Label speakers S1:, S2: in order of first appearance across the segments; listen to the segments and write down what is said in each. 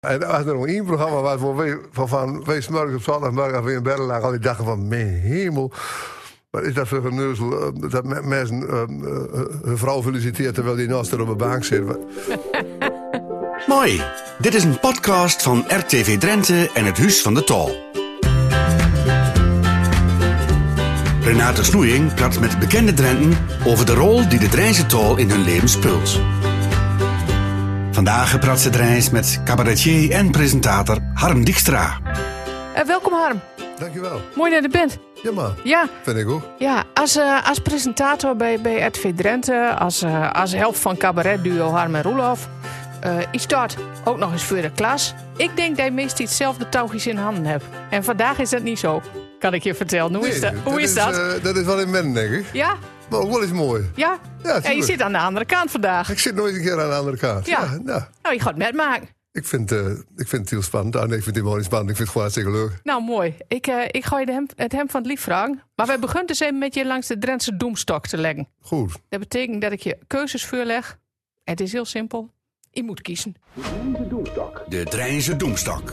S1: En als er nog één programma was voor wij, van, van wij 's morgens op zondagmorgen als we in bed lagen, al die dagen van mijn hemel. Wat is dat voor geneuzel eh, dat me- mensen eh, eh, hun vrouw feliciteert terwijl die naast haar op een bank zit. Wat-
S2: Mooi. Dit is een podcast van RTV Drenthe en het Huis van de Tal. Renate Snoeing praat met bekende Drenten over de rol die de Drijnse Tal in hun leven speelt. Vandaag praat ze Drijns met cabaretier en presentator Harm Dijkstra.
S3: Eh, welkom Harm.
S1: Dankjewel.
S3: Mooi dat je er bent.
S1: Ja maar,
S3: Ja,
S1: vind ik ook.
S3: ja als, eh, als presentator bij, bij RTV Drenthe, als, eh, als helft van cabaretduo Harm en Roelof, eh, is dat ook nog eens voor de klas. Ik denk dat je meestal hetzelfde touwtjes in handen hebt. En vandaag is dat niet zo, kan ik je vertellen. Hoe is
S1: Nee,
S3: dat? Hoe is dat?
S1: eh, dat is wel in men, denk ik.
S3: Ja,
S1: Maar ook wel eens mooi.
S3: ja.
S1: Ja,
S3: en je
S1: tuurlijk.
S3: zit aan de andere kant vandaag.
S1: Ik zit nooit een keer aan de andere kant.
S3: Ja.
S1: nou,
S3: Nou, je gaat met maken.
S1: ik, vind, eh, ik vind het heel spannend. Ah, nee, ik vind het helemaal niet spannend. Ik vind het gewoon hartstikke leuk.
S3: Nou, mooi. Ik, eh, ik gooi de hemd- het hemd van het lief, Frank. Maar wij beginnen dus even met je langs de Drentse doemstok te leggen.
S1: Goed.
S3: Dat betekent dat ik je keuzes voorleg. Het is heel simpel. Je moet kiezen.
S2: De Drijnse Doemstok.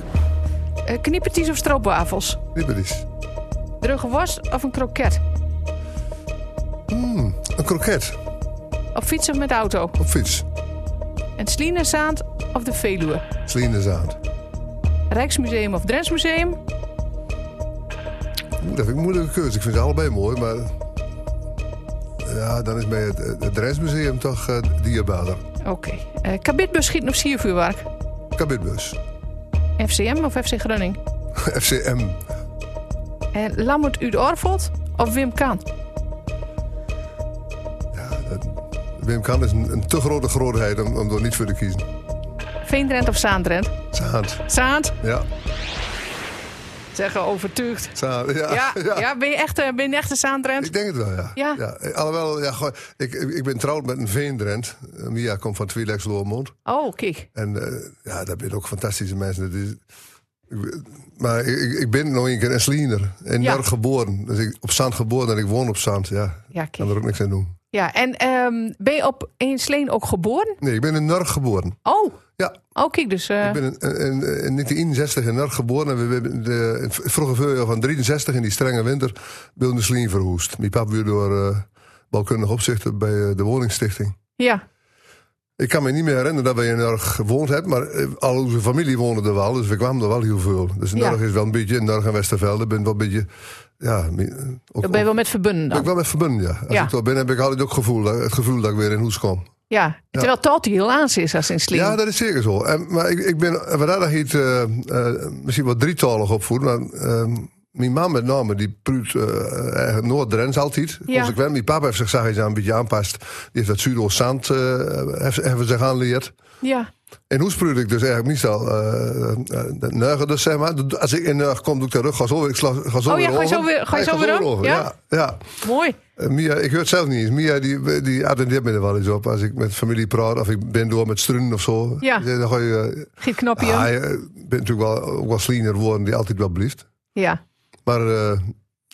S3: Eh knippertjes of stroopwafels?
S1: Libberies.
S3: Droge worst of een kroket?
S1: Een kroket
S3: Op fiets of met auto?
S1: op fiets.
S3: En slienerzaand of de Veluwe?
S1: Slinderzaad.
S3: Rijksmuseum of Drensmuseum?
S1: Oeh, Dat vind ik een moeilijke keuze. Ik vind ze allebei mooi, maar... Ja, dan is bij het, het Rijksmuseum toch eh dierbaarder.
S3: Oké. Eh, kabitbus schieten of siervuurwerk?
S1: Kabitbus.
S3: FCM of FC Groningen? Eh,
S1: FCM.
S3: En Lammert Uud Orvold of Wim Kaan?
S1: Wim Kan is een, een te grote grootheid om, om er niet voor te kiezen.
S3: Veendrent of Zaandrent?
S1: Zaand.
S3: Zaand?
S1: Ja,
S3: Zeggen overtuigd.
S1: Zaand. Ja,
S3: Ja, ja. ben je echt, eh, ben je een echte Zaandrent?
S1: Ik denk het wel, ja.
S3: Ja.
S1: alhoewel, ja, goh, ik, ik ik ben trouwd met een veendrent. Eh, Mia komt van Twilex Loormond.
S3: Oh, kijk.
S1: En eh, ja, daar ben ook fantastische mensen. Dat is, ik- maar ik, ik ben nog een keer een sliener. En
S3: Ja.
S1: daar geboren. Dus ik op zand geboren en ik woon op zand. Ja,
S3: Ja, kijk.
S1: kan er ook niks aan doen.
S3: Ja, en ehm, ben je op Eensleen ook geboren?
S1: Nee, ik ben in Norg geboren.
S3: Oh,
S1: Ja,
S3: oh kijk, dus... eh,
S1: ik ben in, in, in 1961 in Norg geboren. En we hebben de in het vroege voorjaar van 63 in die strenge winter wilde de slien verhoest. Mijn pap werd door eh balkundig opzichter bij eh, de woningstichting.
S3: Ja,
S1: Ik kan me niet meer herinneren dat wij in Norg gewoond hebben, maar eh, al onze familie woonde er wel, dus we kwamen er wel heel veel. Dus
S3: Ja.
S1: Norg is wel een beetje, Norg en Westervelde, ben wel een beetje, ja, mi- eh, ook,
S3: dan ben je
S1: ook-
S3: wel met verbunden
S1: ben ik
S3: dan.
S1: wel met verbunden, ja. Als
S3: Ja.
S1: ik daar ben, heb ik altijd ook gevoel, dat- het gevoel dat ik weer in Hoes kom.
S3: Ja, terwijl Tati heel aans is als in Slim.
S1: Ja, dat is zeker zo. En, maar ik, ik ben, eh, wat dat heet, eh, eh, misschien wat drietalig opvoed, maar eh, mijn man met name, die pruut eh, eh, Noord-Drents altijd,
S3: Ja.
S1: consequent. Mijn papa heeft zich, zag eens aan, een beetje aanpast. Die heeft dat Zuid-Oost-Zand, eh, heeft, heeft zich aanleerd.
S3: ja.
S1: En hoe spreek ik dus eigenlijk meestal eh eh, de neugen dus, zeg maar. Als ik in neugen kom, doe ik de rug, ga zo weer, ik sla, ga zo
S3: Oh
S1: weer
S3: ja, ga je
S1: over.
S3: zo weer- ga je
S1: Ja,
S3: zo
S1: ik
S3: weer om?
S1: over,
S3: Ja?
S1: ja. ja.
S3: mooi.
S1: Eh, Mia, ik hoor het zelf niet eens. Mia, die, die attendeert me er wel eens op. Als ik met familie praat of ik ben door met struinen of zo.
S3: Ja.
S1: Dan ga je...
S3: Giet
S1: eh,
S3: knopje.
S1: ja,
S3: Ja,
S1: je eh, bent natuurlijk wel, ook wel sliener worden die altijd wel blieft.
S3: ja.
S1: Maar eh,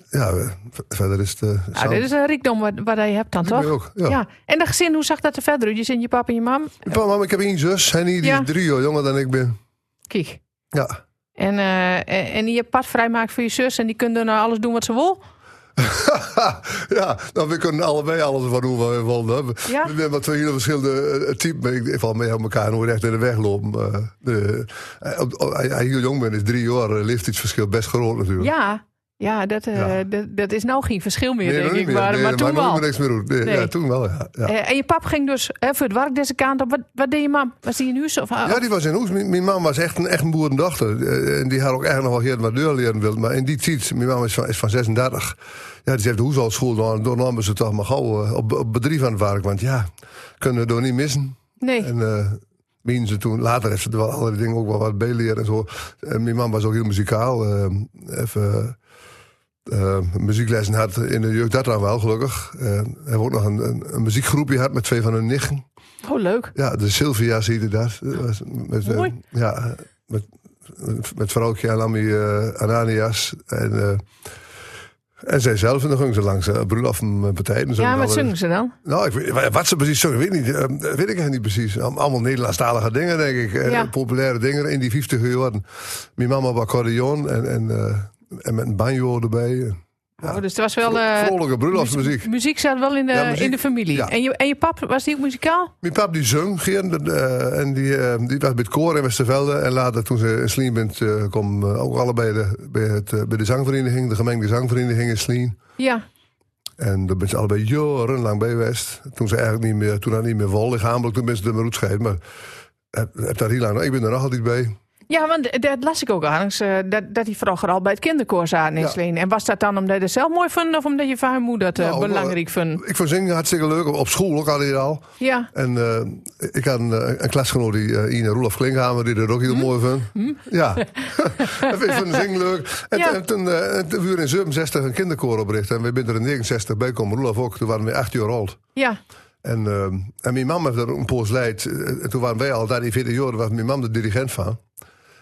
S1: ja, eh, ver- verder is het... eh,
S3: Nou,
S1: samen-
S3: dit is een rijkdom wat, wat je hebt dan,
S1: Dat ben
S3: toch?
S1: je ook, ja.
S3: ja. En dat gezin, hoe zag dat er verder uit? Je zin je papa en je mam?
S1: Pa, mam, ik heb één zus, Henny, die
S3: Ja.
S1: is drie jaar jonger dan ik ben.
S3: Kijk.
S1: Ja.
S3: En, eh, en- en die je pad vrijmaakt voor je zus en die kunnen nou alles doen wat ze wil?
S1: ja, nou, we kunnen allebei alles van doen wat we willen. hebben.
S3: Ja.
S1: We hebben maar twee hele verschillende eh, typen. Ik ik val mee aan elkaar en hoe echt in de weg lopen. Eh, de, eh, op- op- hij- hij heel jong bent, is drie jaar, eh, leeftijdsverschil best groot natuurlijk.
S3: Ja. Ja, dat, eh,
S1: Ja.
S3: Dat, dat is nou geen verschil meer,
S1: Nee, nog
S3: denk
S1: niet
S3: ik.
S1: meer.
S3: Maar,
S1: Nee,
S3: maar toen
S1: nu
S3: wel.
S1: niks meer doen. Nee,
S3: Nee.
S1: Ja, toen wel, ja. ja.
S3: Eh, en je pap ging dus hè, voor het werk deze kant op. Wat, wat deed je mam? Was die in huis? Of, Oh,
S1: Ja, die was in Hoes. Mijn, mijn mama was echt een, echt een boerendochter. Eh, En die had ook echt nog wel heel wat deur leren willen. Maar in die tijd, mijn mama is van, is van 36. Ja, die heeft de huishoudsschool dan, dan namen ze toch maar gauw eh, op, op bedrijf aan het werk. Want ja, kunnen we door niet missen.
S3: nee.
S1: En eh meen ze toen, later heeft ze er wel allerlei dingen ook wel wat bij leren en zo. En mijn man was ook heel muzikaal. eh, even eh, muzieklessen had in de jeugd, dat dan wel gelukkig. Eh, hij heeft ook nog een, een, een muziekgroepje gehad met twee van hun nichten.
S3: Oh, leuk.
S1: Ja, de Sylvia zie je dat. Dat was Met, eh,
S3: Mooi.
S1: ja, met, met vrouwtje Alami eh Ananias. En, eh, En zij zelf, en dan gingen ze langs uh, en partijen. en zo.
S3: Ja, wat
S1: Nou,
S3: zingen ze dan?
S1: Nou, ik weet, wat ze precies zongen, weet, ik niet, eh, weet ik echt niet precies. Al- Allemaal Nederlandstalige dingen, denk ik. Eh,
S3: Ja.
S1: Populaire dingen in die 50 jaren. Mijn mama op accordeon en, en, eh, en met een banjo erbij.
S3: Oh, dus het was wel... eh,
S1: Vrolijke bruiloftsmuziek.
S3: Muziek zat wel in de,
S1: Ja, muziek.
S3: in de familie.
S1: Ja.
S3: En, je, en je pap, was die ook muzikaal?
S1: Mijn pap die zong, Geer, dat, eh, en die, eh, die was bij het koor in Westervelde. En later, toen ze in Sleen bent, eh kwam eh, ook allebei de, bij, het, eh, bij de zangvereniging, de gemengde zangvereniging in Sleen.
S3: Ja.
S1: En daar ben ze allebei jarenlang bij geweest. Toen ze eigenlijk niet meer, toen dat niet meer wol lichamelijk, toen ben ze er maar uitscheiden. Maar heb, heb daar heel lang, ik ben er nog altijd bij.
S3: Ja, want dat las ik ook aan. dat, dat die vroeger al bij het kinderkoor zaten in
S1: Ja.
S3: Sleen. En was dat dan omdat je het zelf mooi vond of omdat je van haar moeder dat eh,
S1: Nou,
S3: belangrijk vond?
S1: Ik vond zingen hartstikke leuk, op school ook al al.
S3: Ja.
S1: En eh, ik had een, eh, een klasgenoot, die eh Ine Roelof Klinkhamer, die dat ook heel mooi vond. Ja, dat vind ik van de zing leuk. En,
S3: Ja.
S1: en toen eh, en toen we in 67 een kinderkoor opricht. En we zijn er in 69 bij komen, Roelof ook. Toen waren we acht jaar oud.
S3: Ja.
S1: En, eh, en mijn mam heeft daar een poos leid. En toen waren wij al daar in 14 jaar, daar was mijn mam de dirigent van.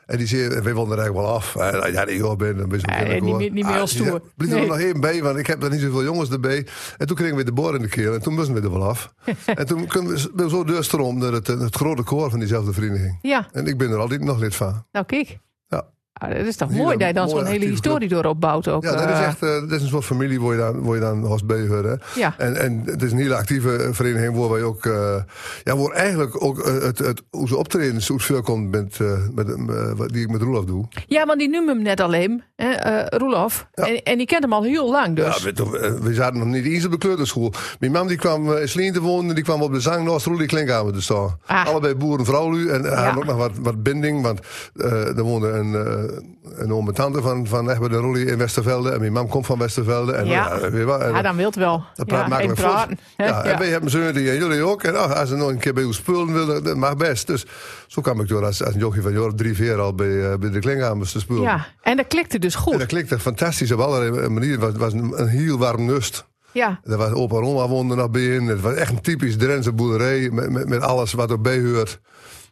S1: En die zei, wij wilden er eigenlijk wel af. Eh, nou Ja, die joh, ben, dan ben je zo'n
S3: Eh,
S1: kinderkoor.
S3: niet meer- niet meer
S1: Ah,
S3: heel
S1: die zei,
S3: stoer.
S1: Blijf er
S3: Nee.
S1: nog even bij, want ik heb daar niet zoveel jongens erbij. En toen kregen we de boor in de keel en toen moesten we er wel af. en toen kunnen we ben we zo deurstroom naar het, eh, het grote koor van diezelfde vereniging.
S3: Ja.
S1: En ik ben er altijd nog lid van.
S3: Nou, kijk.
S1: Ja.
S3: Ah, dat is toch
S1: Hele
S3: mooi dat je dan
S1: mooie
S3: zo'n hele
S1: actieve
S3: historie door opbouwt ook.
S1: Ja, dat is
S3: eh,
S1: echt eh, dat is een soort familie waar je dan, waar je dan host bij hoort, hè.
S3: Ja.
S1: En, en het is een hele actieve eh, vereniging waar wij ook... eh, ja, waar eigenlijk ook eh, het, het, hoe ze optredens, hoe het veel komt met, eh, met, eh, wat- die ik met Roelof doe.
S3: ja, want die noemde hem net alleen, hè, eh, Roelof. En, en die kent hem al heel lang dus.
S1: Ja, we, we- we zaten nog niet eens op de kleuterschool. Mijn mam die kwam eh, in Sleen te wonen en die kwam op de zang naast Roelie Klinkhamer te staan.
S3: Ah.
S1: Allebei boerenvrouwlu en hij had ook nog wat, wat binding, want eh er woonde een, eh, een oom en tante van, van Egbert en Roelie in Westervelde en mijn mam komt van Westervelde. En,
S3: Ja. Ah,
S1: eh, weet je wat, en-
S3: Ja, dan wilt wel.
S1: Dat praat
S3: ja,
S1: makkelijk
S3: en
S1: voor.
S3: praten, hè,
S1: Ja, en
S3: ja.
S1: wij hebben zeuren die en jullie ook. En ach, als ze nog een keer bij uw spullen willen, dat mag best. Dus zo kwam ik door als, als een jochie van Jorp drie veer al bij, eh, bij de Klinghamers te spullen.
S3: Ja, en dat klikte dus
S1: En
S3: goed.
S1: dat klikte fantastisch op allerlei manieren. Het was, was een, een heel warm nust.
S3: Ja,
S1: Er was opa en oma woonden nog bij in. Het was echt een typisch Drentse boerderij met, met, met alles wat erbij hoort.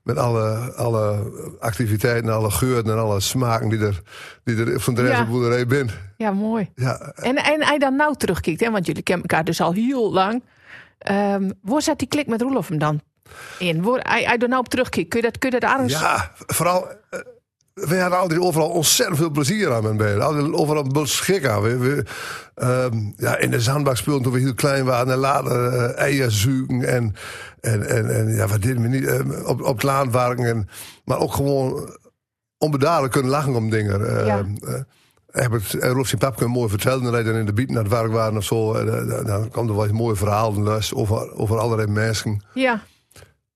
S1: Met alle, alle activiteiten, alle geuren en alle smaken die er, die er van de Drentse
S3: Ja.
S1: boerderij bent.
S3: ja mooi.
S1: Ja,
S3: En, en hij dan nou terugkijkt, hè, want jullie kennen elkaar dus al heel lang. Ehm waar zat die klik met Roelof hem dan in? Waar, hij, hij er nou op terugkijkt, kun je dat, kun je dat anders...
S1: Ja, vooral. eh, we hadden altijd overal ontzettend veel plezier aan met beiden. Altijd Overal een schik aan. We, we, ehm, ja, in de zandbak speelden toen we heel klein waren. En later eh eieren zoeken. En, en, en, en ja, wat deden we niet? eh, op, op het laan waren. En, maar ook gewoon onbedaardelijk kunnen lachen om dingen. Eh,
S3: Ja.
S1: eh, Egbert en eh, Rolf zijn pap kunnen mooi vertellen. En wij dan in de biet naar het werk waren of zo. En, eh, dan- dan kwam er wel eens mooie verhalen los over, over allerlei mensen.
S3: Ja,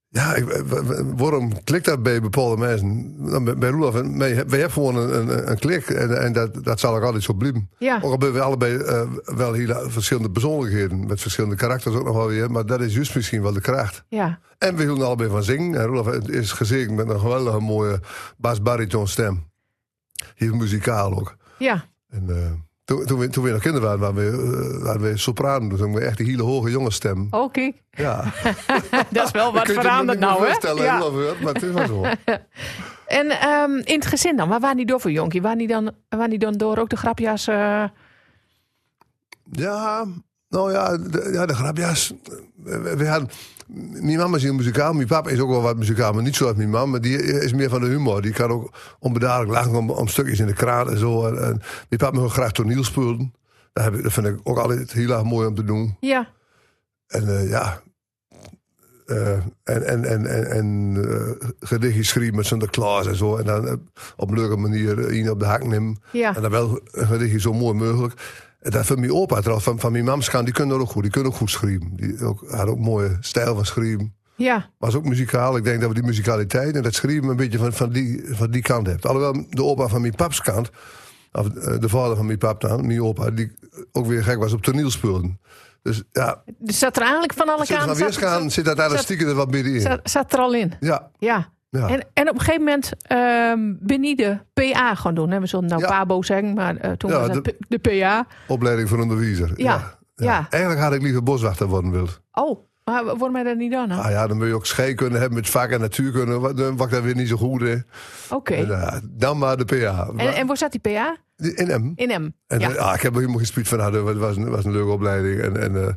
S1: Ja, ik, w- w- waarom klikt dat bij bepaalde mensen? Nou, bij- Bij Roelof en mij, wij hebben gewoon een, een, een klik en, en dat, dat zal ook altijd zo blijven.
S3: ja.
S1: Ook al hebben we allebei eh, wel hele verschillende persoonlijkheden, met verschillende karakters ook nog wel weer, maar dat is juist misschien wel de kracht.
S3: ja.
S1: En we hielden allebei van zingen. En Roelof is gezegend met een geweldige mooie bas-bariton-stem. Heel muzikaal ook.
S3: Ja,
S1: En, eh, toen, toen, we, toen we nog kinderen waren, waren we, eh, waren we sopraan. Dus we echt een hele hoge jongensstem.
S3: oh kijk,
S1: Ja.
S3: dat is wel wat
S1: Ik kan het me
S3: veranderd
S1: niet meer
S3: nou, hè?
S1: voorstellen,
S3: Ja.
S1: Roelof, hoor, maar het is wel zo.
S3: En ehm, in het gezin dan, waar waren die door voor jonkie? Waren die dan, waren die dan door ook de grapjas? eh,
S1: Ja, nou ja, de, ja, de grapjas. We, we hadden, mijn mama is heel muzikaal. Mijn papa is ook wel wat muzikaal, maar niet zoals mijn mama. Die is meer van de humor. Die kan ook onbedaardelijk lachen om, om stukjes in de kraan en zo. En, en mijn papa wil graag toneel spelen. Dat, heb ik, dat vind ik ook altijd heel erg mooi om te doen.
S3: ja,
S1: En eh, ja... eh, en en, en, en, en eh, gedichtjes schrijven met Sinterklaas en zo. En dan eh, op een leuke manier eh, iemand op de hak nemen.
S3: ja.
S1: En dan wel een gedichtje zo mooi mogelijk. En dat van mijn opa trouwens, van, van mijn mams gaan, die kunnen ook goed. Die kunnen ook goed schrijven. Die ook, had ook mooie stijl van schrijven.
S3: ja.
S1: Was ook muzikaal. Ik denk dat we die muzikaliteit en dat schrijven een beetje van, van, die, van die kant hebt. Alhoewel de opa van mijn paps kant, of eh, de vader van mijn pap dan, mijn opa, die ook weer gek was op toneelspelen. Dus ja,
S3: Dus zat er eigenlijk van alle
S1: zit van
S3: kanten
S1: weersgaan
S3: zat,
S1: zit dat elastieke er wat middenin. in.
S3: zat, zat er al in.
S1: ja,
S3: Ja.
S1: ja.
S3: En, en op een gegeven moment ehm ben je de PA gaan doen. Hè? We zullen nou
S1: Ja.
S3: Pabo zeggen, maar eh, toen
S1: Ja,
S3: was het de, PA.
S1: opleiding voor onderwijzer.
S3: Ja, ja.
S1: Eigenlijk had ik liever boswachter worden wild.
S3: Oh, maar wordt mij dat niet dan? hè?
S1: Ah ja, dan moet je ook scheikunde hebben met vak en natuurkunde. Wat, dan wak ik daar weer niet zo goed in.
S3: Oké.
S1: En, eh, dan maar de PA.
S3: En, en waar zat die PA?
S1: in hem.
S3: In hem.
S1: En
S3: ja.
S1: eh, ah, ik heb er helemaal geen spuut van haar. Het was een, was een leuke opleiding. En, en eh,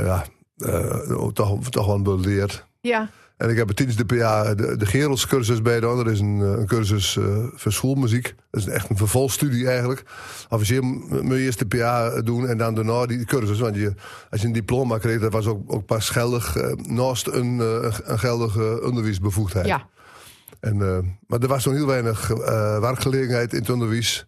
S1: eh, ja, eh, ook toch, toch wel beleerd.
S3: ja.
S1: En ik heb het tijdens de PA de, de Gereldscursus bij de ander. is een, eh, een cursus eh, voor schoolmuziek. Dat is echt een vervolgstudie eigenlijk. Officieel m- moet je eerst de PA doen en dan daarna die cursus. Want je, als je een diploma kreeg, dat was ook, ook pas geldig eh, naast een, eh, een geldige onderwijsbevoegdheid.
S3: ja.
S1: En, eh, maar er was nog heel weinig eh werkgelegenheid in het onderwijs.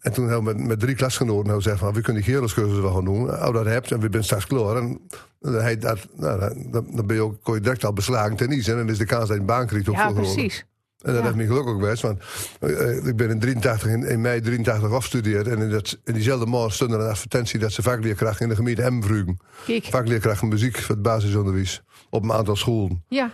S1: En toen hebben we met, met drie klasgenoten nou gezegd van... we kunnen die gerelscursus wel gaan doen. Als dat hebt en we zijn straks klaar. En dan, hij dat, nou, dan- dan ben je ook, kon je direct al beslagen ten is. En dan is de kans dat je een baan krijgt ook
S3: ja
S1: veel groter.
S3: precies.
S1: En dat
S3: Ja.
S1: heeft me gelukkig ook best. Want eh, eh, ik ben in, 83, in, in mei 83 afgestudeerd. En in, dat, in diezelfde maand stond er een advertentie... dat ze vakleerkrachten in de gemeente Emmen vroegen.
S3: Kijk.
S1: Vakleerkrachten muziek voor het basisonderwijs. Op een aantal scholen.
S3: Ja.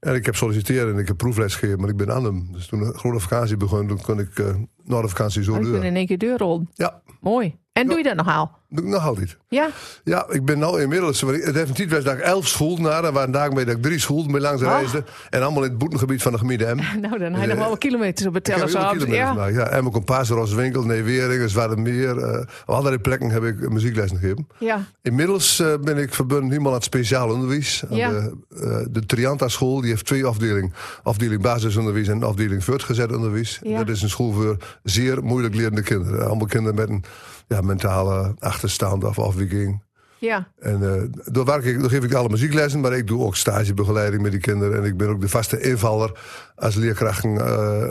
S1: En ik heb solliciteren en ik heb proefles gegeven, maar ik ben aan hem. Dus toen de grote vakantie begon, toen kon ik eh na de vakantie zo
S3: Oh, je kunt
S1: deur.
S3: in één keer deur rollen.
S1: Ja,
S3: Mooi. En doe je dat nog al?
S1: doe ik nog altijd.
S3: Ja.
S1: Ja, ik ben nou inmiddels, maar ik- het heeft een tijd dat ik elf school naar, en waren dagen mee dat ik drie school mee langs
S3: Ah.
S1: reisde. En allemaal in het boetengebied van de gemeente Em.
S3: Nou, dan heb je
S1: Eh,
S3: nog wel wat kilometers op het
S1: Ik heb
S3: tellen.
S1: heel
S3: zo.
S1: veel kilometers
S3: Ja.
S1: gemaakt. Ja, Emmen, Kompas, Roswinkel, Neeweringen, Zwaardemeer. eh op allerlei plekken heb ik muziekles gegeven.
S3: ja.
S1: Inmiddels eh, ben ik verbonden helemaal aan het speciaal onderwijs. Aan
S3: Ja.
S1: de, eh, de Trianta school, die heeft twee afdelingen. Afdeling basisonderwijs en afdeling voortgezet onderwijs.
S3: Ja.
S1: Dat is een school voor zeer moeilijk lerende kinderen. Eh, Allemaal kinderen met een ja, mentale achterstand of afwijking.
S3: Ja.
S1: En eh, door werk ik, door geef ik alle muzieklessen, maar ik doe ook stagebegeleiding met die kinderen. En ik ben ook de vaste invaller. Als leerkrachten eh,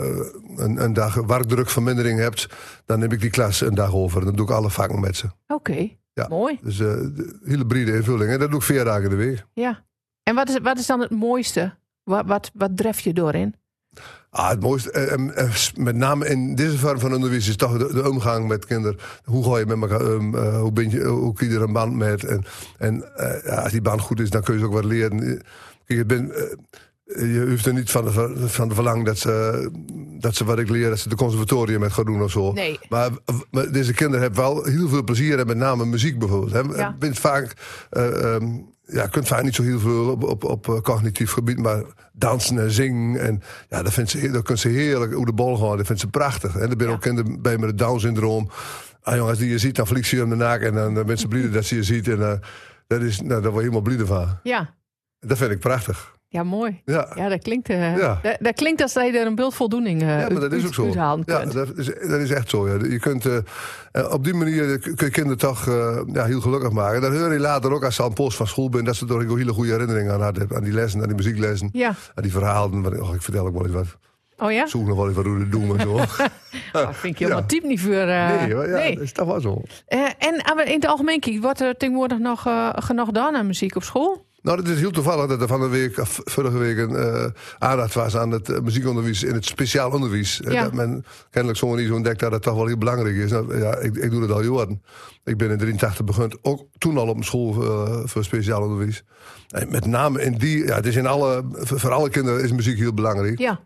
S1: een, een dag werkdrukvermindering hebt, dan neem ik die klas een dag over. En dan doe ik alle vakken met ze.
S3: Oké.
S1: Ja.
S3: Mooi.
S1: Dus eh, de hybride invulling. En dat doe ik vier dagen in de week.
S3: Ja. En wat is, wat is dan het mooiste? Wat, wat, wat dref je doorin?
S1: Ah, het mooiste, eh, em, eh, s- met name in deze vorm van onderwijs, is toch de, de omgang met kinderen. Hoe ga je met elkaar om? eh, hoe, ben je, hoe kun je er een band met? En, en eh, ja, als die band goed is, dan kun je ze ook wat leren. Eh, kijk, Je, bent, eh, je hoeft er niet van, te ver- van te verlangen dat ze, dat ze wat ik leer, dat ze de conservatorium met gaan doen of zo.
S3: Nee.
S1: Maar, maar deze kinderen hebben wel heel veel plezier en met name muziek bijvoorbeeld. Hè.
S3: Ja.
S1: Je bent vaak, eh, ehm, ja, je kunt vaak niet zo heel veel op, op, op eh, cognitief gebied, maar dansen en zingen. En ja, dat, vindt ze, dat kunnen ze heerlijk hoe de bol gaan. Dat vindt ze prachtig. En er zijn
S3: Ja.
S1: ook kinderen bij met het Down-syndroom. Ah, jongens, die je ziet, dan flikt ze je om de naak en dan eh, ben ze blij dat ze je ziet. En eh, dat is, nou, daar word je helemaal blij van.
S3: Ja.
S1: Dat vind ik prachtig.
S3: Ja, mooi.
S1: Ja.
S3: Ja, dat klinkt, eh,
S1: Ja.
S3: Dat, dat klinkt als dat je er een beeld voldoening eh
S1: Ja, maar dat
S3: uit-
S1: is ook zo.
S3: uithalen
S1: Ja,
S3: kunt.
S1: dat is, dat is echt zo. Ja. Je kunt, eh, eh, op die manier kun je kinderen toch eh, ja, heel gelukkig maken. Dat hoor je later ook als ze aan post van school bent, dat ze er ook hele goede herinneringen aan hadden. Aan die lessen, aan die muzieklessen,
S3: Ja.
S1: aan die verhalen. Wat- Och, ik vertel ook wel eens wat.
S3: Oh ja?
S1: Ik Zoek nog wel eens wat hoe te doen en zo.
S3: Oh, dat vind ik helemaal
S1: Ja.
S3: typ niet voor. eh,
S1: nee, maar ja, dus-
S3: nee.
S1: dat is toch wel zo.
S3: Eh, en ah, maar in het algemeen, Kiek, wordt er tegenwoordig nog eh, genoeg gedaan aan muziek op school?
S1: Nou, het is heel toevallig dat er van de week, of vorige week, een eh, aandacht was aan het eh, muziekonderwijs in het speciaal onderwijs. Eh,
S3: Ja.
S1: Dat men kennelijk zo niet zo ontdekt dat dat toch wel heel belangrijk is. Nou, ja, ik, ik doe dat al jaren. Ik ben in 83 begonnen, ook toen al op een school eh, voor speciaal onderwijs. En met name in die, ja, het is in alle, voor voor alle kinderen is muziek heel belangrijk.
S3: Ja.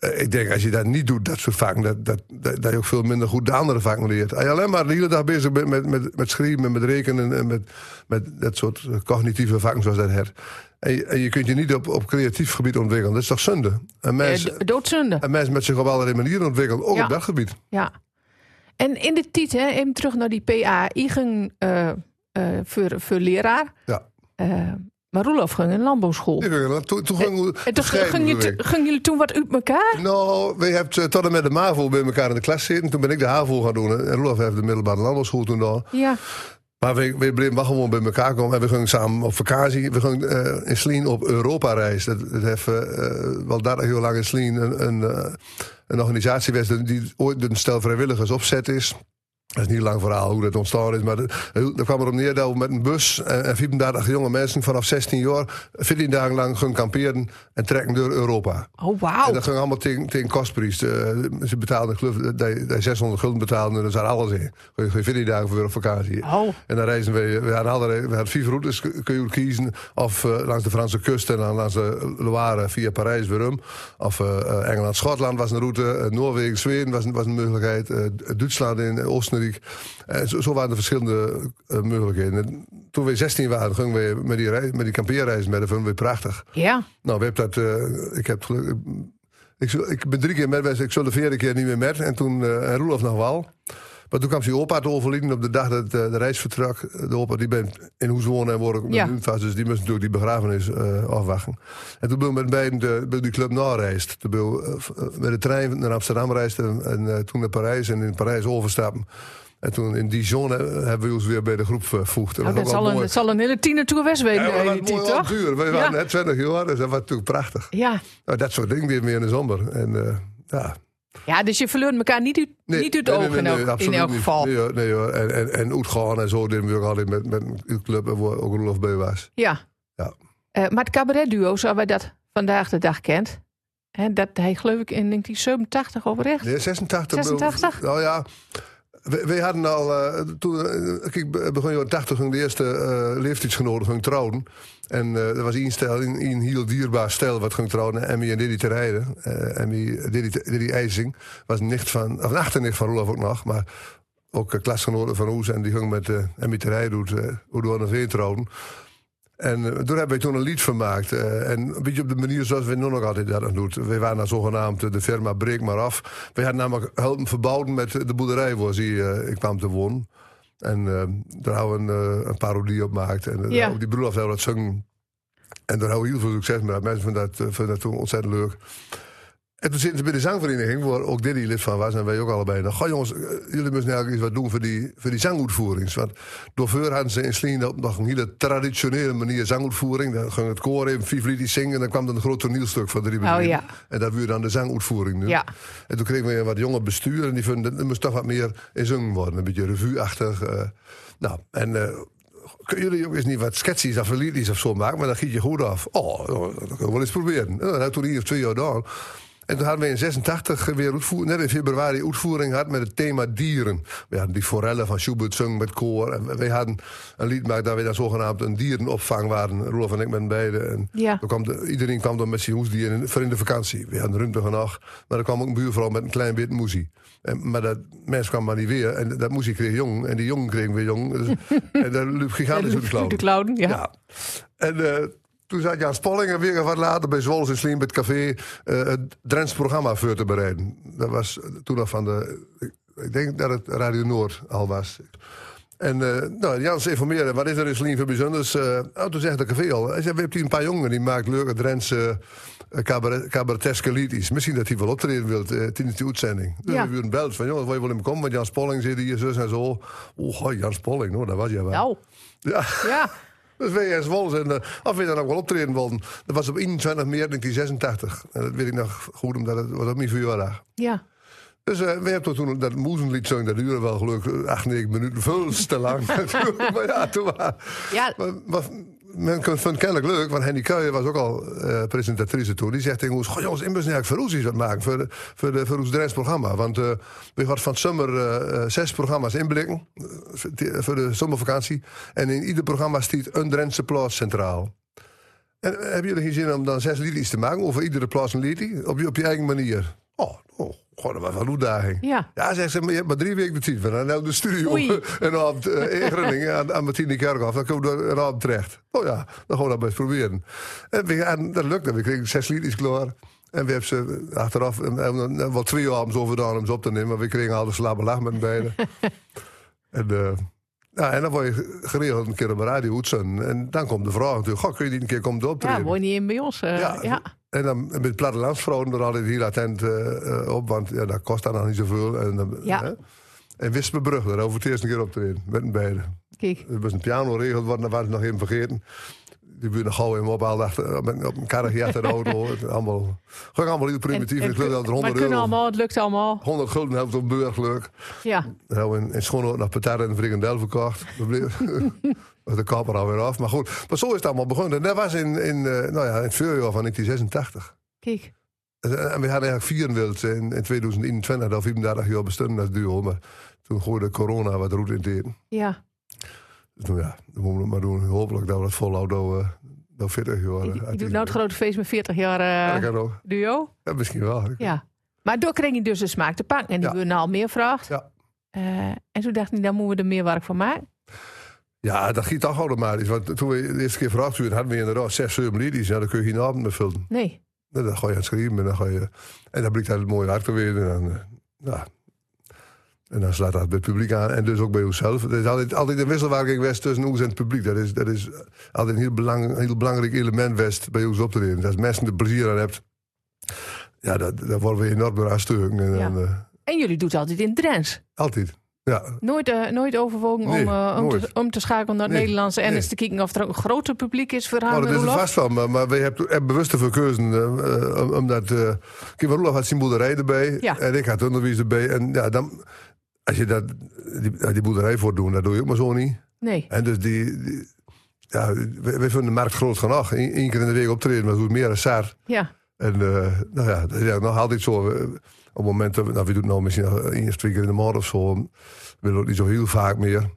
S1: Eh, Ik denk, als je dat niet doet, dat soort vakken, dat, dat, dat, dat je ook veel minder goed de andere vakken leert. Als je alleen maar de hele dag bezig bent met, met, met schrijven en met rekenen en met, met dat soort eh, cognitieve vakken zoals dat het. En je, en je kunt je niet op, op creatief gebied ontwikkelen. Dat is toch zonde? Een mens,
S3: Eh, do- doodzonde.
S1: een mens met zich op allerlei manieren ontwikkelt, ook
S3: Ja.
S1: op dat gebied.
S3: Ja. En in de tijd, hè, even terug naar die PA. Ik ging eh, eh, voor, voor leraar.
S1: Ja.
S3: Eh, maar Roelof ging een landbouwschool.
S1: Ik weet het, Toen, toen ging hoe-
S3: En toen
S1: scheiden
S3: gingen
S1: we weer.
S3: jullie toen wat uit elkaar?
S1: Nou, we hebben eh, tot en met de MAVO bij elkaar in de klas zitten. Toen ben ik de HAVO gaan doen. En Rolf heeft de middelbare landbouwschool toen al.
S3: Ja.
S1: Maar we, we bleven wel gewoon bij elkaar komen. En we gingen samen op vakantie. We gingen eh, in Slien op Europa-reis. Dat, dat heeft eh, eh, wel 30 jaar lang in Slien een, een, eh, een organisatie was... die- die ooit een stel vrijwilligers opzet is. Dat is niet een lang verhaal hoe dat ontstaan is. Maar dat dat kwam erop neer dat we met een bus... eh, en en 34 jonge mensen vanaf 16 jaar... 14 dagen lang gingen kamperen en trekken door Europa.
S3: Oh, wauw.
S1: En dat ging allemaal tegen, tegen kostprijs. Eh, ze betaalden, ik geloof, dat die- die 600 gulden betaalden en er zat alles in. Gewoon Geen 14 dagen voor weer op vakantie.
S3: Oh.
S1: En dan reizen we, we hadden, allerlei- we hadden vijf routes, k- kun je kiezen. Of eh, langs de Franse kust en dan langs de Loire via Parijs weer om. Of eh, eh, Engeland, Schotland was een route. Eh, Noorwegen, Zweden was, een- was een mogelijkheid. eh, D- Duitsland in, eh, Oostenrijk. Eh, zo, zo waren er verschillende eh, mogelijkheden. En toen we 16 waren, gingen we met die, rei- met die kampeerreis met. Dat vonden we prachtig.
S3: Ja.
S1: Nou, we hebben dat. eh, ik heb geluk. Ik, zul- ik ben drie keer met geweest, ik zullen vierde keer niet meer met. En toen, eh en Roelof nog wel. Maar toen kwam zijn opa te overlijden op de dag dat eh, de reis vertrok. De opa die bent in Hoes wonen en worden op de
S3: Ja.
S1: Duinvast, Dus die moest natuurlijk die begrafenis eh, afwachten. En toen ben ik met beiden de, ben die club nareisd. Toen ben ik eh, v- eh, met de trein naar Amsterdam reisd en, en, eh, toen naar Parijs. En in Parijs overstappen. En toen in Dijon eh, hebben we ons weer bij de groep eh, vervoegd. En
S3: Nou, dat,
S1: was wel
S3: zal een,
S1: mooi.
S3: dat zal een hele tienertour West
S1: Ja,
S3: weten,
S1: maar dat was
S3: eh, die
S1: mooi
S3: toch?
S1: avontuur. We
S3: Ja.
S1: waren net 20 jaar, dus dat was natuurlijk prachtig.
S3: Ja.
S1: Nou, dat soort dingen weer meer in de zomer. En, eh, ja.
S3: ja, dus je verleurt elkaar niet uit, niet uit de ogen in elk- in
S1: absoluut
S3: elk
S1: niet.
S3: geval.
S1: Nee, hoor, nee, hoor. En, en, en Oetgaan en zo deden we ook altijd met, met een club en waar ook Roelof bij was.
S3: Ja.
S1: Ja.
S3: Eh, maar het cabaretduo, zoals wij dat vandaag de dag kent, hè, dat hij geloof ik in 1987 oprecht.
S1: Nee, 86.
S3: 86?
S1: Nou ja, we, we hadden al, eh, toen, eh, kijk, be- begin jaren 80 ging de eerste eh leeftijdsgenodiging trouwen. En eh, er was één stel, één, één heel dierbaar stel wat ging trouwen. Emmy en Diddy te rijden. Eh, Emmy, Diddy, Diddy IJsing was een nicht van, of een achternicht van Roelof ook nog. Maar ook uh, klasgenoten van Hoes en die ging met eh Emmy te rijden doet, eh Oedo aan de Veen trouwen. En eh, toen hebben wij toen een lied vermaakt. eh, en een beetje op de manier zoals we nu nog altijd dat aan doen. We waren dan zogenaamd eh, de firma Breek maar af. Wij hadden namelijk helpen verbouwen met eh, de boerderij waar ze, eh, ik kwam te wonen. En eh, daar hadden we een, eh, een parodie op gemaakt. En eh,
S3: Ja.
S1: op die bruiloft hebben we dat zingen. En daar hadden we heel veel succes mee. gehad. Mensen vonden dat, eh, vonden dat toen ontzettend leuk. En toen zitten ze bij de zangvereniging, waar ook Diddy lid van was en wij ook allebei. nog. goh jongens, eh, jullie moeten eigenlijk iets wat doen voor die, voor die zanguitvoerings. Want door Veur hadden ze in Slien op nog een hele traditionele manier zanguitvoering. Dan ging het koor in, vijf liedjes zingen en dan kwam er een groot toneelstuk van drie minuten.
S3: ja.
S1: En dat werd dan de zanguitvoering nu.
S3: Ja.
S1: En toen kregen we een wat jonger bestuur en die vonden dat er moest toch wat meer in zingen worden. Een beetje revueachtig. eh. nou, en... eh, kunnen jullie ook eens niet wat sketches of liedjes of zo maken, maar dan giet je goed af. Oh, dat kunnen we wel eens proberen. En dat had toen hier of twee jaar gedaan. En toen hadden we in 86 weer uitvoer, net in februari uitvoering gehad met het thema dieren. We hadden die forellen van Schubert zung met koor. En we- we hadden een lied gemaakt dat we dan zogenaamd een dierenopvang waren. Rolf en ik met beiden. En
S3: Ja.
S1: toen kwam de- iedereen kwam dan met zijn hoesdier in- voor in de vakantie. We hadden ruimte genoeg. Maar er kwam ook een buurvrouw met een klein beetje moesie. En, maar dat mens kwam maar niet weer. En dat moesie kreeg jong. En die jong kreeg weer jong. Dus- en daar liep gigantisch op de klauwen.
S3: De clown, Eh, ja.
S1: Ja. En eh, toen zat Jan Spalling en weer wat later bij Zwolle in Slim bij het café eh, het Drents programma voor te bereiden. Dat was eh, toen nog van de. ik- Ik denk dat het Radio Noord al was. En eh, nou, Jans informeerde, wat is er in Slim voor bijzonders? Eh, oh, toen zegt de café al. Hij zei, we hebben hier een paar jongen die maakt leuke Drentse eh, cabaret, cabareteske liedjes. Misschien dat hij wel optreden wilt eh, tijdens die uitzending. Dus
S3: Ja.
S1: we hebben belt van, jongens, wil je wel in me komen? Want Jan Spalling zit hier, zus en zo. Oh, Jan Spalling, nou, dat was je wel.
S3: Nou,
S1: Ja.
S3: ja.
S1: Dus WS Wolves en eh, of we dan ook wel optreden wilden. Dat was op 21 maart 1986. En dat weet ik nog goed, omdat het was op mijn verjaardag.
S3: ja.
S1: Dus eh, we hebben toen dat moezenlied zong, dat duurde wel gelukkig acht, negen minuten, veel te lang. natuurlijk. maar ja, toen wa-
S3: Ja.
S1: Maar, maar men kon- vond het kennelijk leuk, want Henny Kuijer was ook al eh, presentatrice toen. Die zegt tegen ons, goh jongens, ik moet eigenlijk voor ons iets wat maken, voor, de- voor, de, voor ons Drents programma. Want eh, we hadden van het zomer eh, eh, zes programma's inblikken, eh, voor de- voor de zomervakantie. En in ieder programma stiet een Drentse plaats centraal. En eh, hebben jullie geen zin om dan zes liedjes te maken? Over iedere plaats een liedje? Op je, op je eigen manier? Oh, oh god, dat was wel een uitdaging.
S3: Ja.
S1: Ja, zegt ze, maar je hebt maar drie weken de tijd. We gaan nou de studio
S3: Oei.
S1: en avond eh, in Groningen aan, aan Martini Kerkhoff. Dan komen we door een avond terecht. Oh ja, dan gaan we dat maar eens proberen. En, we, en dat lukte. We kregen zes liedjes klaar. En we hebben ze achteraf eh, hebben we wel twee avonds overdaan om ze op te nemen. Maar we kregen al de slappe lach met beiden. en, eh, ja, en dan word je geregeld een keer op de radio hoedsen. En dan komt de vraag natuurlijk, goh, kun je niet een keer komen optreden?
S3: ja, mooi niet in bij ons. eh,
S1: Ja.
S3: ja.
S1: En dan met plattelandsvrouwen, daar hadden we heel attent eh, eh, op, want ja, dat kost dan nog niet zoveel. En, dan-
S3: Ja.
S1: hè? en Wispenbrug, daar over het eerst een keer optreden, met een beiden.
S3: Kijk.
S1: Er was een piano geregeld worden, daar waren ze nog even vergeten. Die buurt nog gauw in me op, al achter, met, op een karretje achter de auto. Het allemaal, ging allemaal heel primitief,
S3: En-
S1: ik geloof dat er
S3: maar
S1: 100
S3: het kunnen
S1: euro... Oh.
S3: allemaal, het lukt allemaal.
S1: 100 gulden hebben we op Burgluk.
S3: Ja.
S1: Nou, in, in Schoonhoorn nog patat en frikandel verkocht. Dat bleef- was de kapper alweer af. Maar goed, maar zo is het allemaal begonnen. En dat was in, in, eh, nou ja, in het voorjaar van 1986.
S3: Kijk.
S1: Eh, En we hadden eigenlijk vieren wild in, in 2021, dat 34 jaar bestonden als duo. Maar toen gooide corona wat roet in het eten.
S3: Ja.
S1: Dus nou ja, dan moeten we het maar doen. Hopelijk dat we dat volhouden door, eh, door 40 jaar.
S3: Je,
S1: eh,
S3: je doet nou het grote feest met 40 jaar
S1: Ja,
S3: eh,
S1: dat kan ook.
S3: duo.
S1: Ja, misschien wel.
S3: Ja. Maar door kreeg je dus de smaak te pakken. En die
S1: Ja.
S3: we al meer vraagt.
S1: Ja.
S3: Eh, en toen dacht ik, daar moeten we er meer werk van maken.
S1: Ja, dat giet toch automatisch. Want toen we de eerste keer verwacht werden, hadden we inderdaad zes, zeven liedjes. Ja, dat kun je geen avond meer vullen.
S3: Nee.
S1: Nou, dan ga je aan het schrijven en dan ga je... En dan blijkt uit het mooie hart te weer. En dan, eh, ja. En dan slaat dat bij het publiek aan en dus ook bij uzelf. Er is altijd, altijd een wisselwerking west tussen ons en het publiek. Dat is, dat is altijd een heel, belang, heel belangrijk element west bij ons optreden. Als mensen er plezier aan hebt, ja, dat, daar worden we enorm door aansturen. En
S3: Ja.
S1: dan, eh,
S3: En jullie doet het altijd in Drents.
S1: altijd. Ja,
S3: Nooit, eh, nooit overwogen
S1: Nee,
S3: om, eh, om,
S1: nooit.
S3: Te, om te schakelen naar het
S1: Nee,
S3: Nederlands en
S1: nee.
S3: eens te kijken of er ook een groter publiek is voor
S1: Nou,
S3: Harmen
S1: dat is er
S3: Roelof.
S1: vast van, maar, maar we hebben hebben bewust ervoor gekozen. eh, eh, om- omdat. eh Kim Roelof had zijn boerderij erbij.
S3: Ja.
S1: En ik had onderwijs erbij. En ja, dan. Als je dat, die, die boerderij voor doen, dat doe je ook maar zo niet.
S3: Nee.
S1: En dus die. die- ja, we, we vinden de markt groot genoeg. Eén één keer in de week optreden, maar het doet meer dan Saar.
S3: Ja.
S1: En eh, nou ja, dat is eigenlijk nog altijd zo. We- Op het moment dat we, nou, we doen het nou misschien nog één of twee keer in de maand of zo. We willen ook niet zo heel vaak meer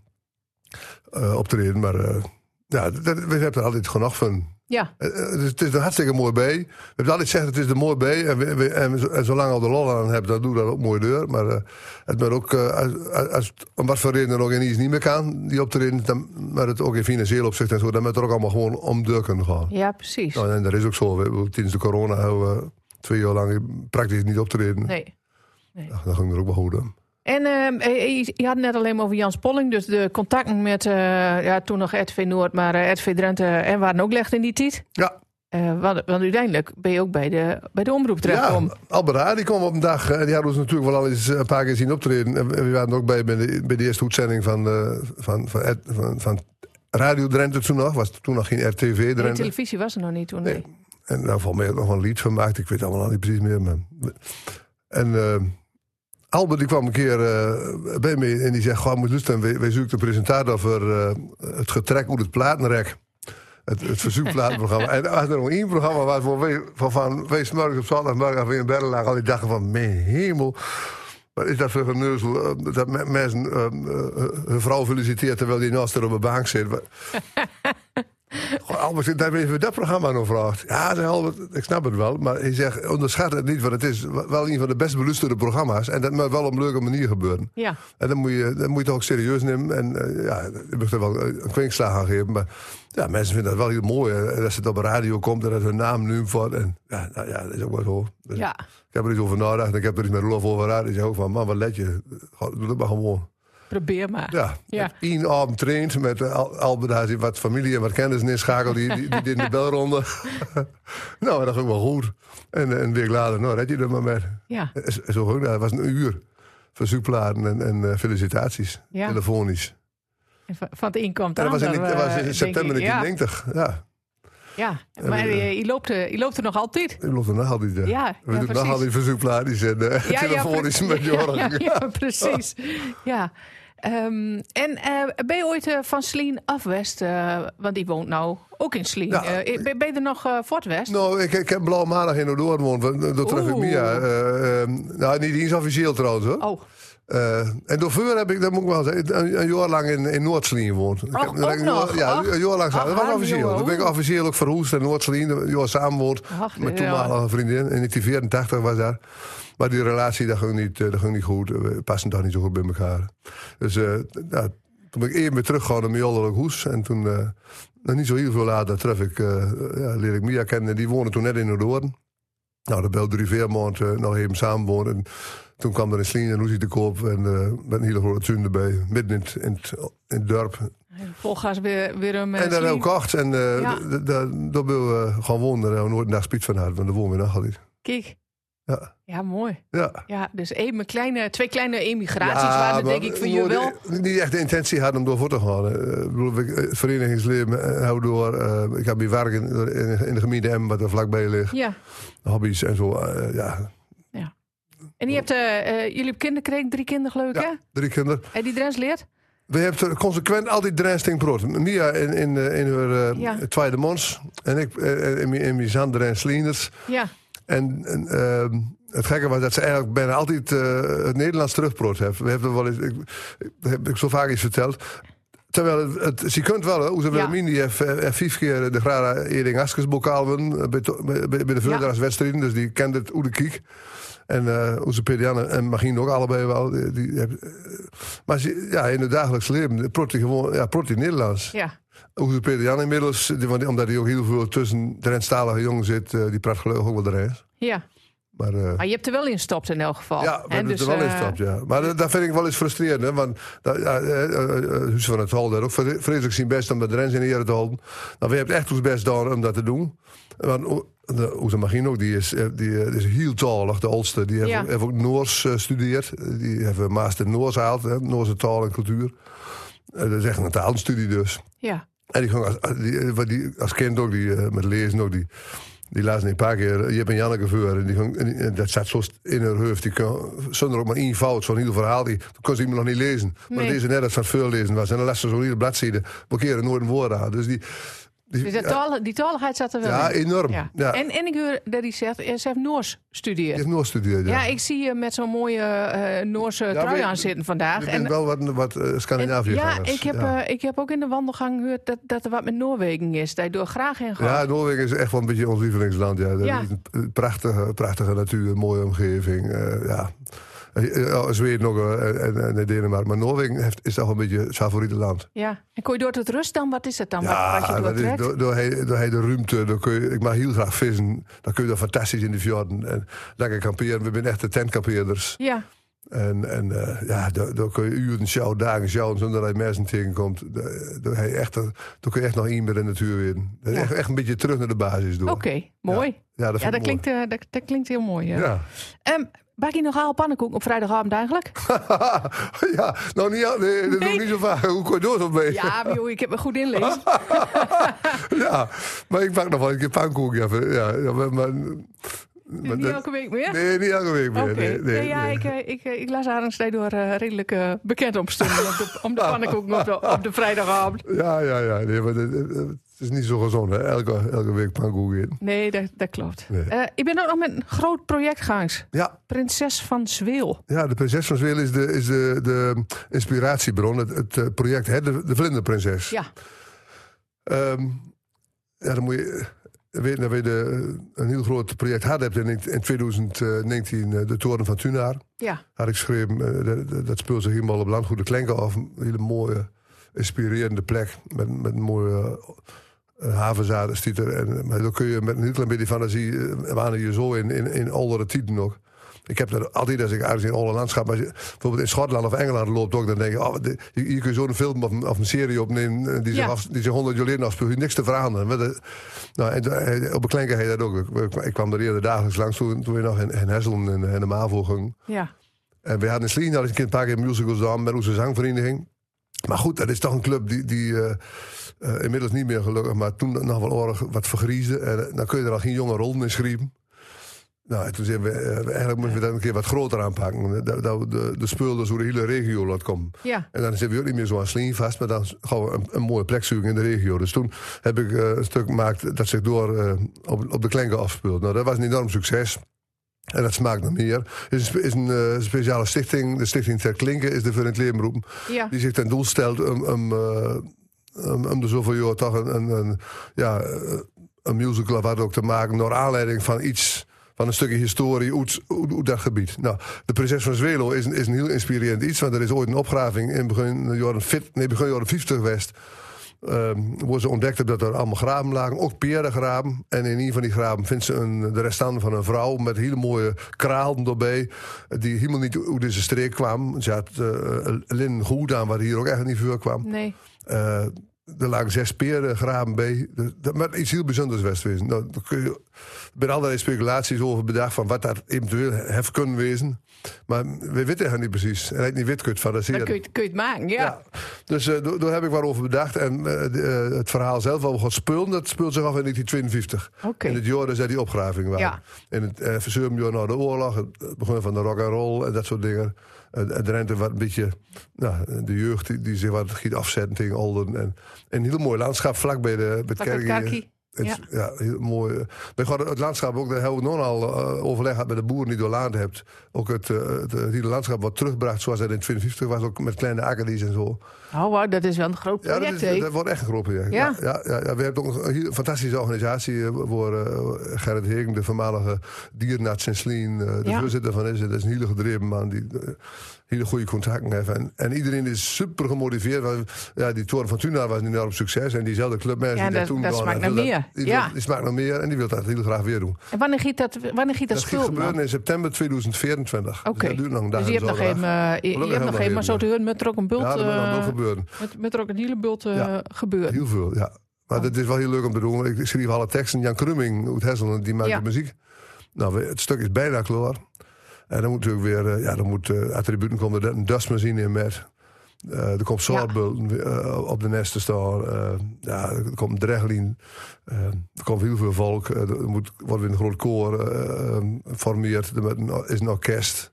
S1: eh, optreden. Maar eh, ja, dat, we hebben er altijd genoeg van.
S3: Ja.
S1: Eh, eh, Het is, het is een hartstikke mooi bij. We hebben altijd gezegd, het is een mooi bij. En, we, we- en, zo- en zolang al de lol aan hebben, dan doen we dat ook mooi deur. Maar eh, het moet ook, eh, als, als- als het om wat voor reden ook in iets niet meer kan, die optreden, dan, maar het ook in financieel opzicht en zo, dan moet er ook allemaal gewoon om deur kunnen gaan.
S3: ja, precies.
S1: Nou, en dat is ook zo. We, we- tijdens de corona hebben we twee jaar lang praktisch niet optreden.
S3: Nee.
S1: Nou, dat ging er ook wel goed om.
S3: En ehm, eh, je, je had het net alleen maar over Jans Polling. Dus de contacten met eh, ja, toen nog RTV Noord, maar eh, RTV Drenthe en waren ook slecht in die tijd.
S1: Ja,
S3: Eh, want, want uiteindelijk ben je ook bij de, bij de omroep terechtgekomen.
S1: Ja, Albert Haar, die kwam op een dag. En die hadden ons natuurlijk wel al eens eh, een paar keer zien optreden. En we we waren er ook bij bij de, bij de eerste uitzending van, eh, van, van, Ed- van, van Radio Drenthe toen nog. Was toen nog geen RTV
S3: de
S1: Drenthe.
S3: televisie was er nog niet toen. Nee.
S1: En daar vond mij ook nog wel een lied van maakt. Ik weet het allemaal niet precies meer. Maar... En eh, Albert die kwam een keer eh, bij me en die zegt... Goh, moet luisteren, wij, wij zoeken de presentator voor eh, het getrek uit het platenrek. Het, het verzoekplatenprogramma. en er was er nog één programma waarvoor wij van, van wij 's morgens op zondagmorgen af in bed lagen. Al die dagen van, mijn hemel. Wat is dat voor geneuzel? eh, Dat me- mensen eh, eh, hun vrouw feliciteert terwijl die naast haar op een bank zit. Wat- Goh, Albert, daar hebben we dat programma nog vraagt. Ja, zei Albert, ik snap het wel. Maar hij zegt, onderschat het niet, want het is wel een van de best beluisterde programma's. En dat moet wel op een leuke manier gebeuren.
S3: Ja.
S1: En dan moet je, dan moet je het ook serieus nemen. En eh, ja, je mag er wel een kwinkslag aan geven. Maar ja, mensen vinden dat wel heel mooi. En dat het op de radio komt en dat hun naam nu wordt. En ja, nou ja, dat is ook wel zo. Dus
S3: Ja.
S1: Ik heb er iets over nagedacht. en Ik heb er iets met Rolf over gehad. Die zei ook van, man, wat let je? Goh, Doe dat maar gewoon.
S3: Probeer maar.
S1: Ja,
S3: Ja.
S1: één avond traint met eh, Al- Albert daar zit wat familie en wat kennissen inschakelt. Die, die, die deed de belronde. nou, dat ging wel goed. En eh, een week later, nou, red je er maar met.
S3: Ja.
S1: Eh, Zo zo ging dat. Het was een uur. Verzoekplaten en, en eh, felicitaties.
S3: Ja.
S1: Telefonisch.
S3: En Van van het inkomt
S1: En dat was in,
S3: aan,
S1: dat
S3: dan,
S1: was
S3: eh,
S1: in september
S3: denk ik, ja.
S1: 1990. Ja,
S3: Ja, maar
S1: we-
S3: je, je, loopt, eh, je loopt er nog altijd.
S1: ik beloofde nog al die. eh,
S3: Ja,
S1: we
S3: ja,
S1: doen nog
S3: precies.
S1: al die verzoekplaatjes en eh, telefonisch
S3: pre-
S1: met Jorg.
S3: Ja, ja, ja, precies. Ja. Ehm, en eh, ben je ooit eh, van Sleen af West? eh, want die woont nou ook in Sleen.
S1: Ja.
S3: Eh, ben, ben je er nog eh, voort West?
S1: Nou, ik, ik heb blauw maandag in Noord woont. Dat tref ik
S3: Oeh.
S1: Mia. eh, eh, nou, niet eens officieel trouwens hoor.
S3: Oh,
S1: Eh, en door vuur heb ik, dat moet ik wel zeggen, een, een jaar lang in, in Noord-Sleen gewoond. Ik heb-
S3: ook
S1: dat ik een
S3: nog?
S1: jaar- Ja,
S3: Ach,
S1: een jaar lang.
S3: ach,
S1: dat was
S3: arme
S1: officieel.
S3: jongen.
S1: Toen ben ik officieel ook verhoest in Noord-Sleen. Een jaar samenwoond
S3: Ach,
S1: met
S3: ja.
S1: toenmalige vriendin. In 1984 was daar. Maar die relatie, dat ging niet, eh, dat ging niet goed. We passen daar niet zo goed bij elkaar. Dus eh, t- ja, toen ben ik eerder weer teruggegaan naar Mjolderlijk Hoes. En toen, eh, nog niet zo heel veel later, tref ik, eh, ja, leer ik Mia kennen. Die woonde toen net in Noord-Oorden. Nou, dat belde drie, vier maanden eh, nog even samen wonen. En toen kwam er een sling en Lucy te koop en eh, met een hele grote tuin erbij, midden in het, in het, in het dorp.
S3: volgens weer, weer een eh,
S1: en dat
S3: Sleen.
S1: hebben we gekocht en eh
S3: Ja.
S1: d- d- daar daar willen we gewoon wonen. Daar hebben we nooit een dag spiet van gehad, want daar wonen we nog altijd.
S3: Kijk,
S1: Ja,
S3: ja, mooi.
S1: ja.
S3: Ja, dus even kleine, twee kleine emigraties waren
S1: maar
S3: denk ik voor
S1: we
S3: je
S1: nooit-
S3: wel.
S1: Niet echt de intentie hadden om door voor te gaan. Eh, ik bedoel, ik- het verenigingsleven eh, hou door. eh, ik heb hier werk in, in- in de gemeente Emmen, wat er vlakbij ligt.
S3: Ja.
S1: Hobby's en zo. eh, ja.
S3: En je hebt, eh, eh, jullie hebben kinderen gekregen, drie kinderen geloof ik,
S1: ja,
S3: hè?
S1: drie kinderen.
S3: En die Drens leert?
S1: We hebben er consequent al die drijnsting brood. Mia in, in, eh, in haar eh,
S3: Ja.
S1: tweede mons. En ik eh, in mijn- in mijn zand drijnslinders.
S3: Ja.
S1: En, en ehm, het gekke was dat ze eigenlijk bijna altijd eh, het Nederlands terugproot heeft. We hebben wel eens, ik, ik- heb ik zo vaak iets verteld. Terwijl het, het- ze kunt wel, hè. Oeze Wilhelmini heeft, eh, heeft vijf keer de Grara Ering Askes bokaal gewonnen, eh, bij, to- bij, bij de Velderaars-wedstrijden. Dus die kent het Oede Kiek. En eh onze Perianne en Magien ook allebei wel. eh, Die, die hebben- maar ze, ja, in het dagelijks leven proot hij gewoon, ja, proot hij Nederlands.
S3: Ja.
S1: Hoe de Peter Jan inmiddels, die- want- omdat hij ook heel veel tussen Drentstalige jongen zit, eh, die praat gelukkig ook wel de rest.
S3: Ja,
S1: Maar, eh,
S3: maar je hebt er wel in gestopt in elk geval.
S1: Ja, we
S3: En
S1: hebben
S3: dus,
S1: het er wel
S3: eh,
S1: in stapt, ja. Maar dat, dat vind ik wel eens frustrerend, hè. Want dat, ja, eh, eh, eh, Huus van het Hal daar ook vre- vreselijk zijn best om de Rens in de heren te houden. Nou, we hebben echt ons best gedaan om dat te doen. Want o- de- Oeze Magin ook, die is, eh, die eh, is heel talig, de oudste. Die heeft,
S3: Ja.
S1: ook- heeft ook Noors eh, gestudeerd. Die heeft een master Noors gehaald, hè, Noorse taal en cultuur. Eh, dat is echt een taalstudie dus.
S3: Ja,
S1: En die ging als, als- die, eh, wat die, als kind ook, die, eh, met lezen ook, die, die laatste een paar keer, eh, je hebt een Janneke voor. En die ging, en die- en dat zat zo st- in haar hoofd. Die kon, zonder ook maar één fout, zo'n heel verhaal, die, toen kon ze iemand nog niet lezen. Maar
S3: Nee.
S1: deze net als van veel lezen was. En dan las ze zo'n hele bladzijde, blokkeren nooit een woord aan. Dus die, die-
S3: dus dat taal- die taligheid zat er wel
S1: ja,
S3: in.
S1: enorm.
S3: Ja.
S1: Ja.
S3: En, en ik hoor dat hij zegt, eh, ze heeft Noors
S1: die
S3: gestudeerd.
S1: heeft nooit gestudeerd.
S3: Ja,
S1: Ja,
S3: ik zie je met zo'n mooie eh, Noorse trui
S1: maar je-
S3: aan zitten vandaag.
S1: ik
S3: En-
S1: ben wel wat, wat eh,
S3: en-
S1: Scandinavië
S3: ja,
S1: gangers.
S3: ik heb,
S1: ja.
S3: eh, ik heb ook in de wandelgang gehoord dat, dat er wat met Noorwegen is. Daar door graag heen gaat.
S1: Ja, Noorwegen is echt wel een beetje ons lievelingsland. Ja. Dat
S3: Ja.
S1: is een prachtige, prachtige natuur, mooie omgeving. eh, ja. Eh, eh, Zweden ook eh, en, en Denemarken. Maar Noorwegen heeft, is toch wel een beetje het favoriete land.
S3: Ja. En kon je door tot rust dan? Wat is dat dan? wat, wat
S1: dat
S3: je
S1: is
S3: doortrekt?
S1: door, door, hij- door hij de ruimte. Door kun je, ik mag heel graag vissen. Dan kun je daar fantastisch in de fjorden. En lekker kamperen. We zijn echte tentkampeerders.
S3: Ja,
S1: En, en eh, ja, daar, daar kun je uren sjouwen, dagen sjouwen zonder dat je mensen tegenkomt. Daar, daar, hij echt, eh, daar kun je echt nog in bij de natuur weer.
S3: Ja.
S1: Echt, echt een beetje terug naar de basis door.
S3: oké. Mooi. Ja,
S1: Ja, dat, vind
S3: dat,
S1: ik mooi.
S3: klinkt, eh, dat, dat klinkt heel mooi. Ja.
S1: Ja.
S3: Ehm, bak je nogal pannenkoek op vrijdagavond eigenlijk?
S1: ja, nou niet, al- nee, dat doe
S3: Nee.
S1: ik niet zo vaak. Hoe kon je door zo'n beetje?
S3: Ja, maar joh, ik heb me goed
S1: Ah,
S3: inlezen.
S1: Ja, maar ik pak nog wel een keer pannenkoek. Ja, ja, ja, maar, maar, maar
S3: Niet
S1: dat-
S3: elke week meer?
S1: Nee, niet elke week meer.
S3: Oké,
S1: Nee, nee,
S3: Nee, ja,
S1: nee.
S3: ik, eh, ik, eh, ik las haar een steeds door eh, redelijk eh, bekend omstonden om de, om de
S1: Ah.
S3: pannenkoek op de, op de vrijdagavond.
S1: ja, ja, ja. Nee, maar dat- dat- dat- het is niet zo gezond, hè. Elke, elke week pannenkoek in.
S3: Nee, dat, dat klopt.
S1: Nee.
S3: Eh, ik ben ook nog met een groot project gangs.
S1: Ja,
S3: Prinses van Zweel.
S1: ja, de prinses van Zweel is de, is de, de inspiratiebron. Het, het eh, project, hè, de, de vlinderprinses.
S3: Ja,
S1: Ehm, ja, dan moet je eh, weten dat we de, eh, een heel groot project hadden. hebt in, in 2019 eh, de Toren van Tunaar.
S3: ja,
S1: Had ik geschreven, eh, dat- dat, dat speelt zich helemaal op landgoed Klenken af. Een hele mooie, inspirerende plek. Met, met een mooie uh, havenzadenstieter. En, eh, maar dan kun je met een heel klein beetje fantasie... eh, waren je zo in, in, in oudere tijden nog. Ik heb dat altijd als ik ergens in een oude landschap... Maar als je bijvoorbeeld in Schotland of Engeland loopt ook... dan denk ik, oh, dit- hier hier kun je zo'n film of, een- of een serie opnemen... eh, die zich,
S3: Ja.
S1: af, die zich 100 jaar geleden afspeelt. Je hebt Niks te veranderen. Maar dat- nou, en, toen- eh, op een klein heet dat ook. Ik, ik kwam er eerder dagelijks langs toen, toen we nog in, in Hesselen en en de MAVO gingen.
S3: ja.
S1: En Eh, we hadden in Slien al eens een paar keer musicals gedaan met onze zangvereniging. Maar goed, dat is toch een club die, die eh, eh, inmiddels niet meer gelukkig, maar toen nog wel oorlog wat vergriesde. En eh, dan kun je er al geen jonge rollen in schrijven. Nou, en toen zijn we, eh, eigenlijk moeten we dat een keer wat groter aanpakken. Dat, dat we de, de spullen door de hele regio laten komen.
S3: ja.
S1: En dan zitten we ook niet meer zo aan Sleen vast, maar dan gaan we een, een mooie plek zoeken in de regio. Dus toen heb ik eh, een stuk gemaakt dat zich door eh, op, op de klenken afspeelt. Nou, dat was een enorm succes. En dat smaakt nog meer. Er is een, spe- is een eh, speciale stichting, de Stichting Ter Klinken, is de voor het Leemroep,
S3: ja.
S1: die zich ten doel stelt om, om, eh, om, om de zoveel jaar toch een, een, een, ja, eh, een musical of wat ook te maken, naar aanleiding van iets, van een stukje historie uit, uit- uit dat gebied. Nou, de Prinses van Zwelo is een, is een heel inspirerend iets, want er is ooit een opgraving in begin jaren, fit, nee, begin jaren 50 geweest. Ehm waar ze ontdekt hebben dat er allemaal graven lagen, ook perengraven. En in een van die graven vindt ze een, de restanten van een vrouw met hele mooie kraalden erbij. Die helemaal niet uit deze streek kwam. Ze had eh Lin Goed aan, waar hier ook echt niet voor kwam.
S3: Nee.
S1: Eh, er lagen zes perengraven bij. Dus Dat, maar iets heel bijzonders was wezen. Nou, daar kun je, er zijn allerlei speculaties over bedacht van wat dat eventueel hef kunnen wezen. Maar we weten het niet precies. En hij het niet wit kunt
S3: Dan
S1: fantaseren.
S3: kun je, het- kun je het maken, ja.
S1: Ja. Dus eh, daar daar heb ik wat over bedacht. En eh, de, eh, het verhaal zelf over God spullen, dat speelt zich af in 1952.
S3: Oké.
S1: In het jaar dat die opgraving waren.
S3: Ja.
S1: In het eh verzuurmjaar na de oorlog, het het begin van de rock and roll en dat soort dingen. Eh, de Drenthe wat een beetje, nou, de jeugd die, die zich wat giet afzetten tegen Olden. En, en een heel mooi landschap vlak bij de bij het
S3: Wat een
S1: kerkje.
S3: kakkie.
S1: eh, Het is- ja. heel mooi. eh. Wij gaan het landschap ook, daar hebben we nog al eh, overleg gehad met de boeren die door Laan hebt. Ook het, eh, het, eh, hele landschap wat terugbracht zoals dat in 2050 was, ook met kleine akkerdies en zo.
S3: Oh, wauw, dat is wel een groot
S1: Ja, dat,
S3: project,
S1: is,
S3: hè?
S1: dat wordt echt geroepen. Ja.
S3: Ja.
S1: Ja. Ja, ja, ja. we hebben ook een heel fantastische organisatie eh, voor eh, Gerrit Hering, de voormalige dierenarts in Sleen, eh, de
S3: Ja.
S1: voorzitter van is. Dat is een hele gedreven man die eh, hele goede contacten heeft. En, en iedereen is super gemotiveerd. want, ja, die Toren van Tuna was nu naar op succes en diezelfde clubmensen
S3: Ja,
S1: die daar
S3: dat-
S1: toen
S3: dat
S1: waren,
S3: smaakt
S1: die
S3: naar
S1: wil
S3: meer.
S1: dat- Die,
S3: Ja.
S1: wil- die smaakt naar meer en die wil dat heel graag weer doen.
S3: En wanneer giet dat, wanneer giet dat,
S1: Dat ging
S3: spul dan?
S1: gebeuren in september 2024. Dus
S3: Oké.
S1: dat duurt nog een dag
S3: Dus je
S1: en
S3: hebt
S1: zo
S3: nog
S1: dag.
S3: even, eh, je- je,
S1: Gelukkig
S3: hebt nog even, maar zo te horen, met er ook een bult,
S1: Ja, dat moet nog
S3: eh,
S1: wel gebeuren.
S3: met, met er ook een hele bult eh,
S1: Ja.
S3: gebeurd.
S1: Heel veel, ja. Maar dat is wel heel leuk om te doen. Ik schreef alle teksten. Jan Krumming uit Hesselen, die maakt
S3: Ja.
S1: de muziek. Nou, we- het stuk is bijna klaar. En dan moet natuurlijk weer... eh, Ja, dan moet eh, attributen komen. Er een dustmachine in met. Eh, er komt zoutbulten eh, op de nesten staan. Eh, ja, er komt dreglin. Eh, er komt heel veel volk. Eh, er moet, wordt weer een groot koor eh, geformeerd. er is een orkest.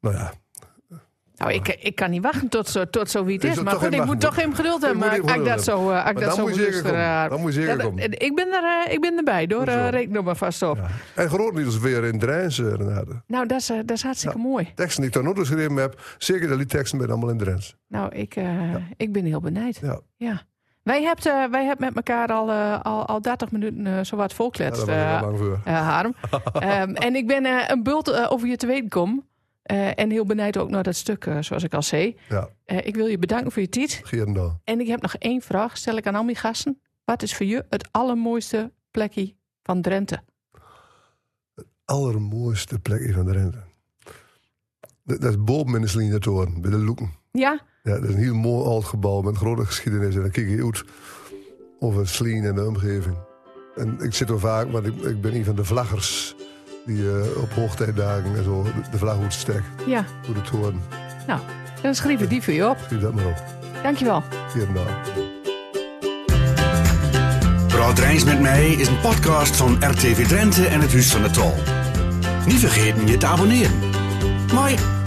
S1: Nou ja,
S3: Nou, ik, ik kan niet wachten tot, zo, tot zoiets
S1: Is
S3: is.
S1: dat
S3: Maar
S1: toch
S3: goed,
S1: geen
S3: ik moet
S1: wachten?
S3: toch even geduld
S1: Ik
S3: hebben.
S1: moet
S3: Maar
S1: even
S3: ik dat
S1: geduld
S3: zo, eh, als ik
S1: Maar
S3: dat
S1: dan
S3: zo
S1: moet je zeker
S3: rustig,
S1: komen.
S3: eh,
S1: Dan moet je zeker
S3: dat-
S1: komen.
S3: Ik ben er, eh, ik ben erbij, door.
S1: Hoezo?
S3: eh reken er maar vast op.
S1: En groot nieuws weer in Drentse, Renate.
S3: Nou, dat is, eh, dat is hartstikke mooi.
S1: Teksten die ik toen ook geschreven heb. Zeker de liedteksten ben allemaal in Drents.
S3: Nou, ik, eh, ik ben heel benijd.
S1: Ja.
S3: Ja. Wij hebben eh, wij hebben met elkaar al, eh, al, al 30 minuten eh, zowat
S1: Ja, daar
S3: volkletst,
S1: was ik
S3: eh,
S1: heel bang voor.
S3: eh, Harm. Ehm, en ik ben eh, een bult eh, over je te weten kom. Eh, en heel benijd ook naar dat stuk, eh, zoals ik al zei.
S1: Ja,
S3: Eh, ik wil je bedanken voor je tijd.
S1: Geerendal.
S3: En ik heb nog één vraag, stel ik aan al mijn gasten. Wat is voor je het allermooiste plekje van Drenthe?
S1: Allermooiste plekje van Drenthe. Dat dat is boven in de Slindertoren, bij de Loeken.
S3: Ja,
S1: Ja, dat is een heel mooi oud gebouw met grote geschiedenis. En dan kijk je uit over Slien en de omgeving. En ik zit er vaak, want ik, ik ben een van de vlaggers. Die eh, op hoogtijdagen en zo de, de vlag hoedstek,
S3: ja.
S1: hoe de toren.
S3: Nou, dan schrijf ik die voor je op.
S1: Schrijf dat maar op.
S3: Dankjewel.
S1: Geerendal.
S2: Broad Rijns met mij is een podcast van RTV Drenthe en het Huis van de Tol. Niet vergeten je te abonneren. Mooi!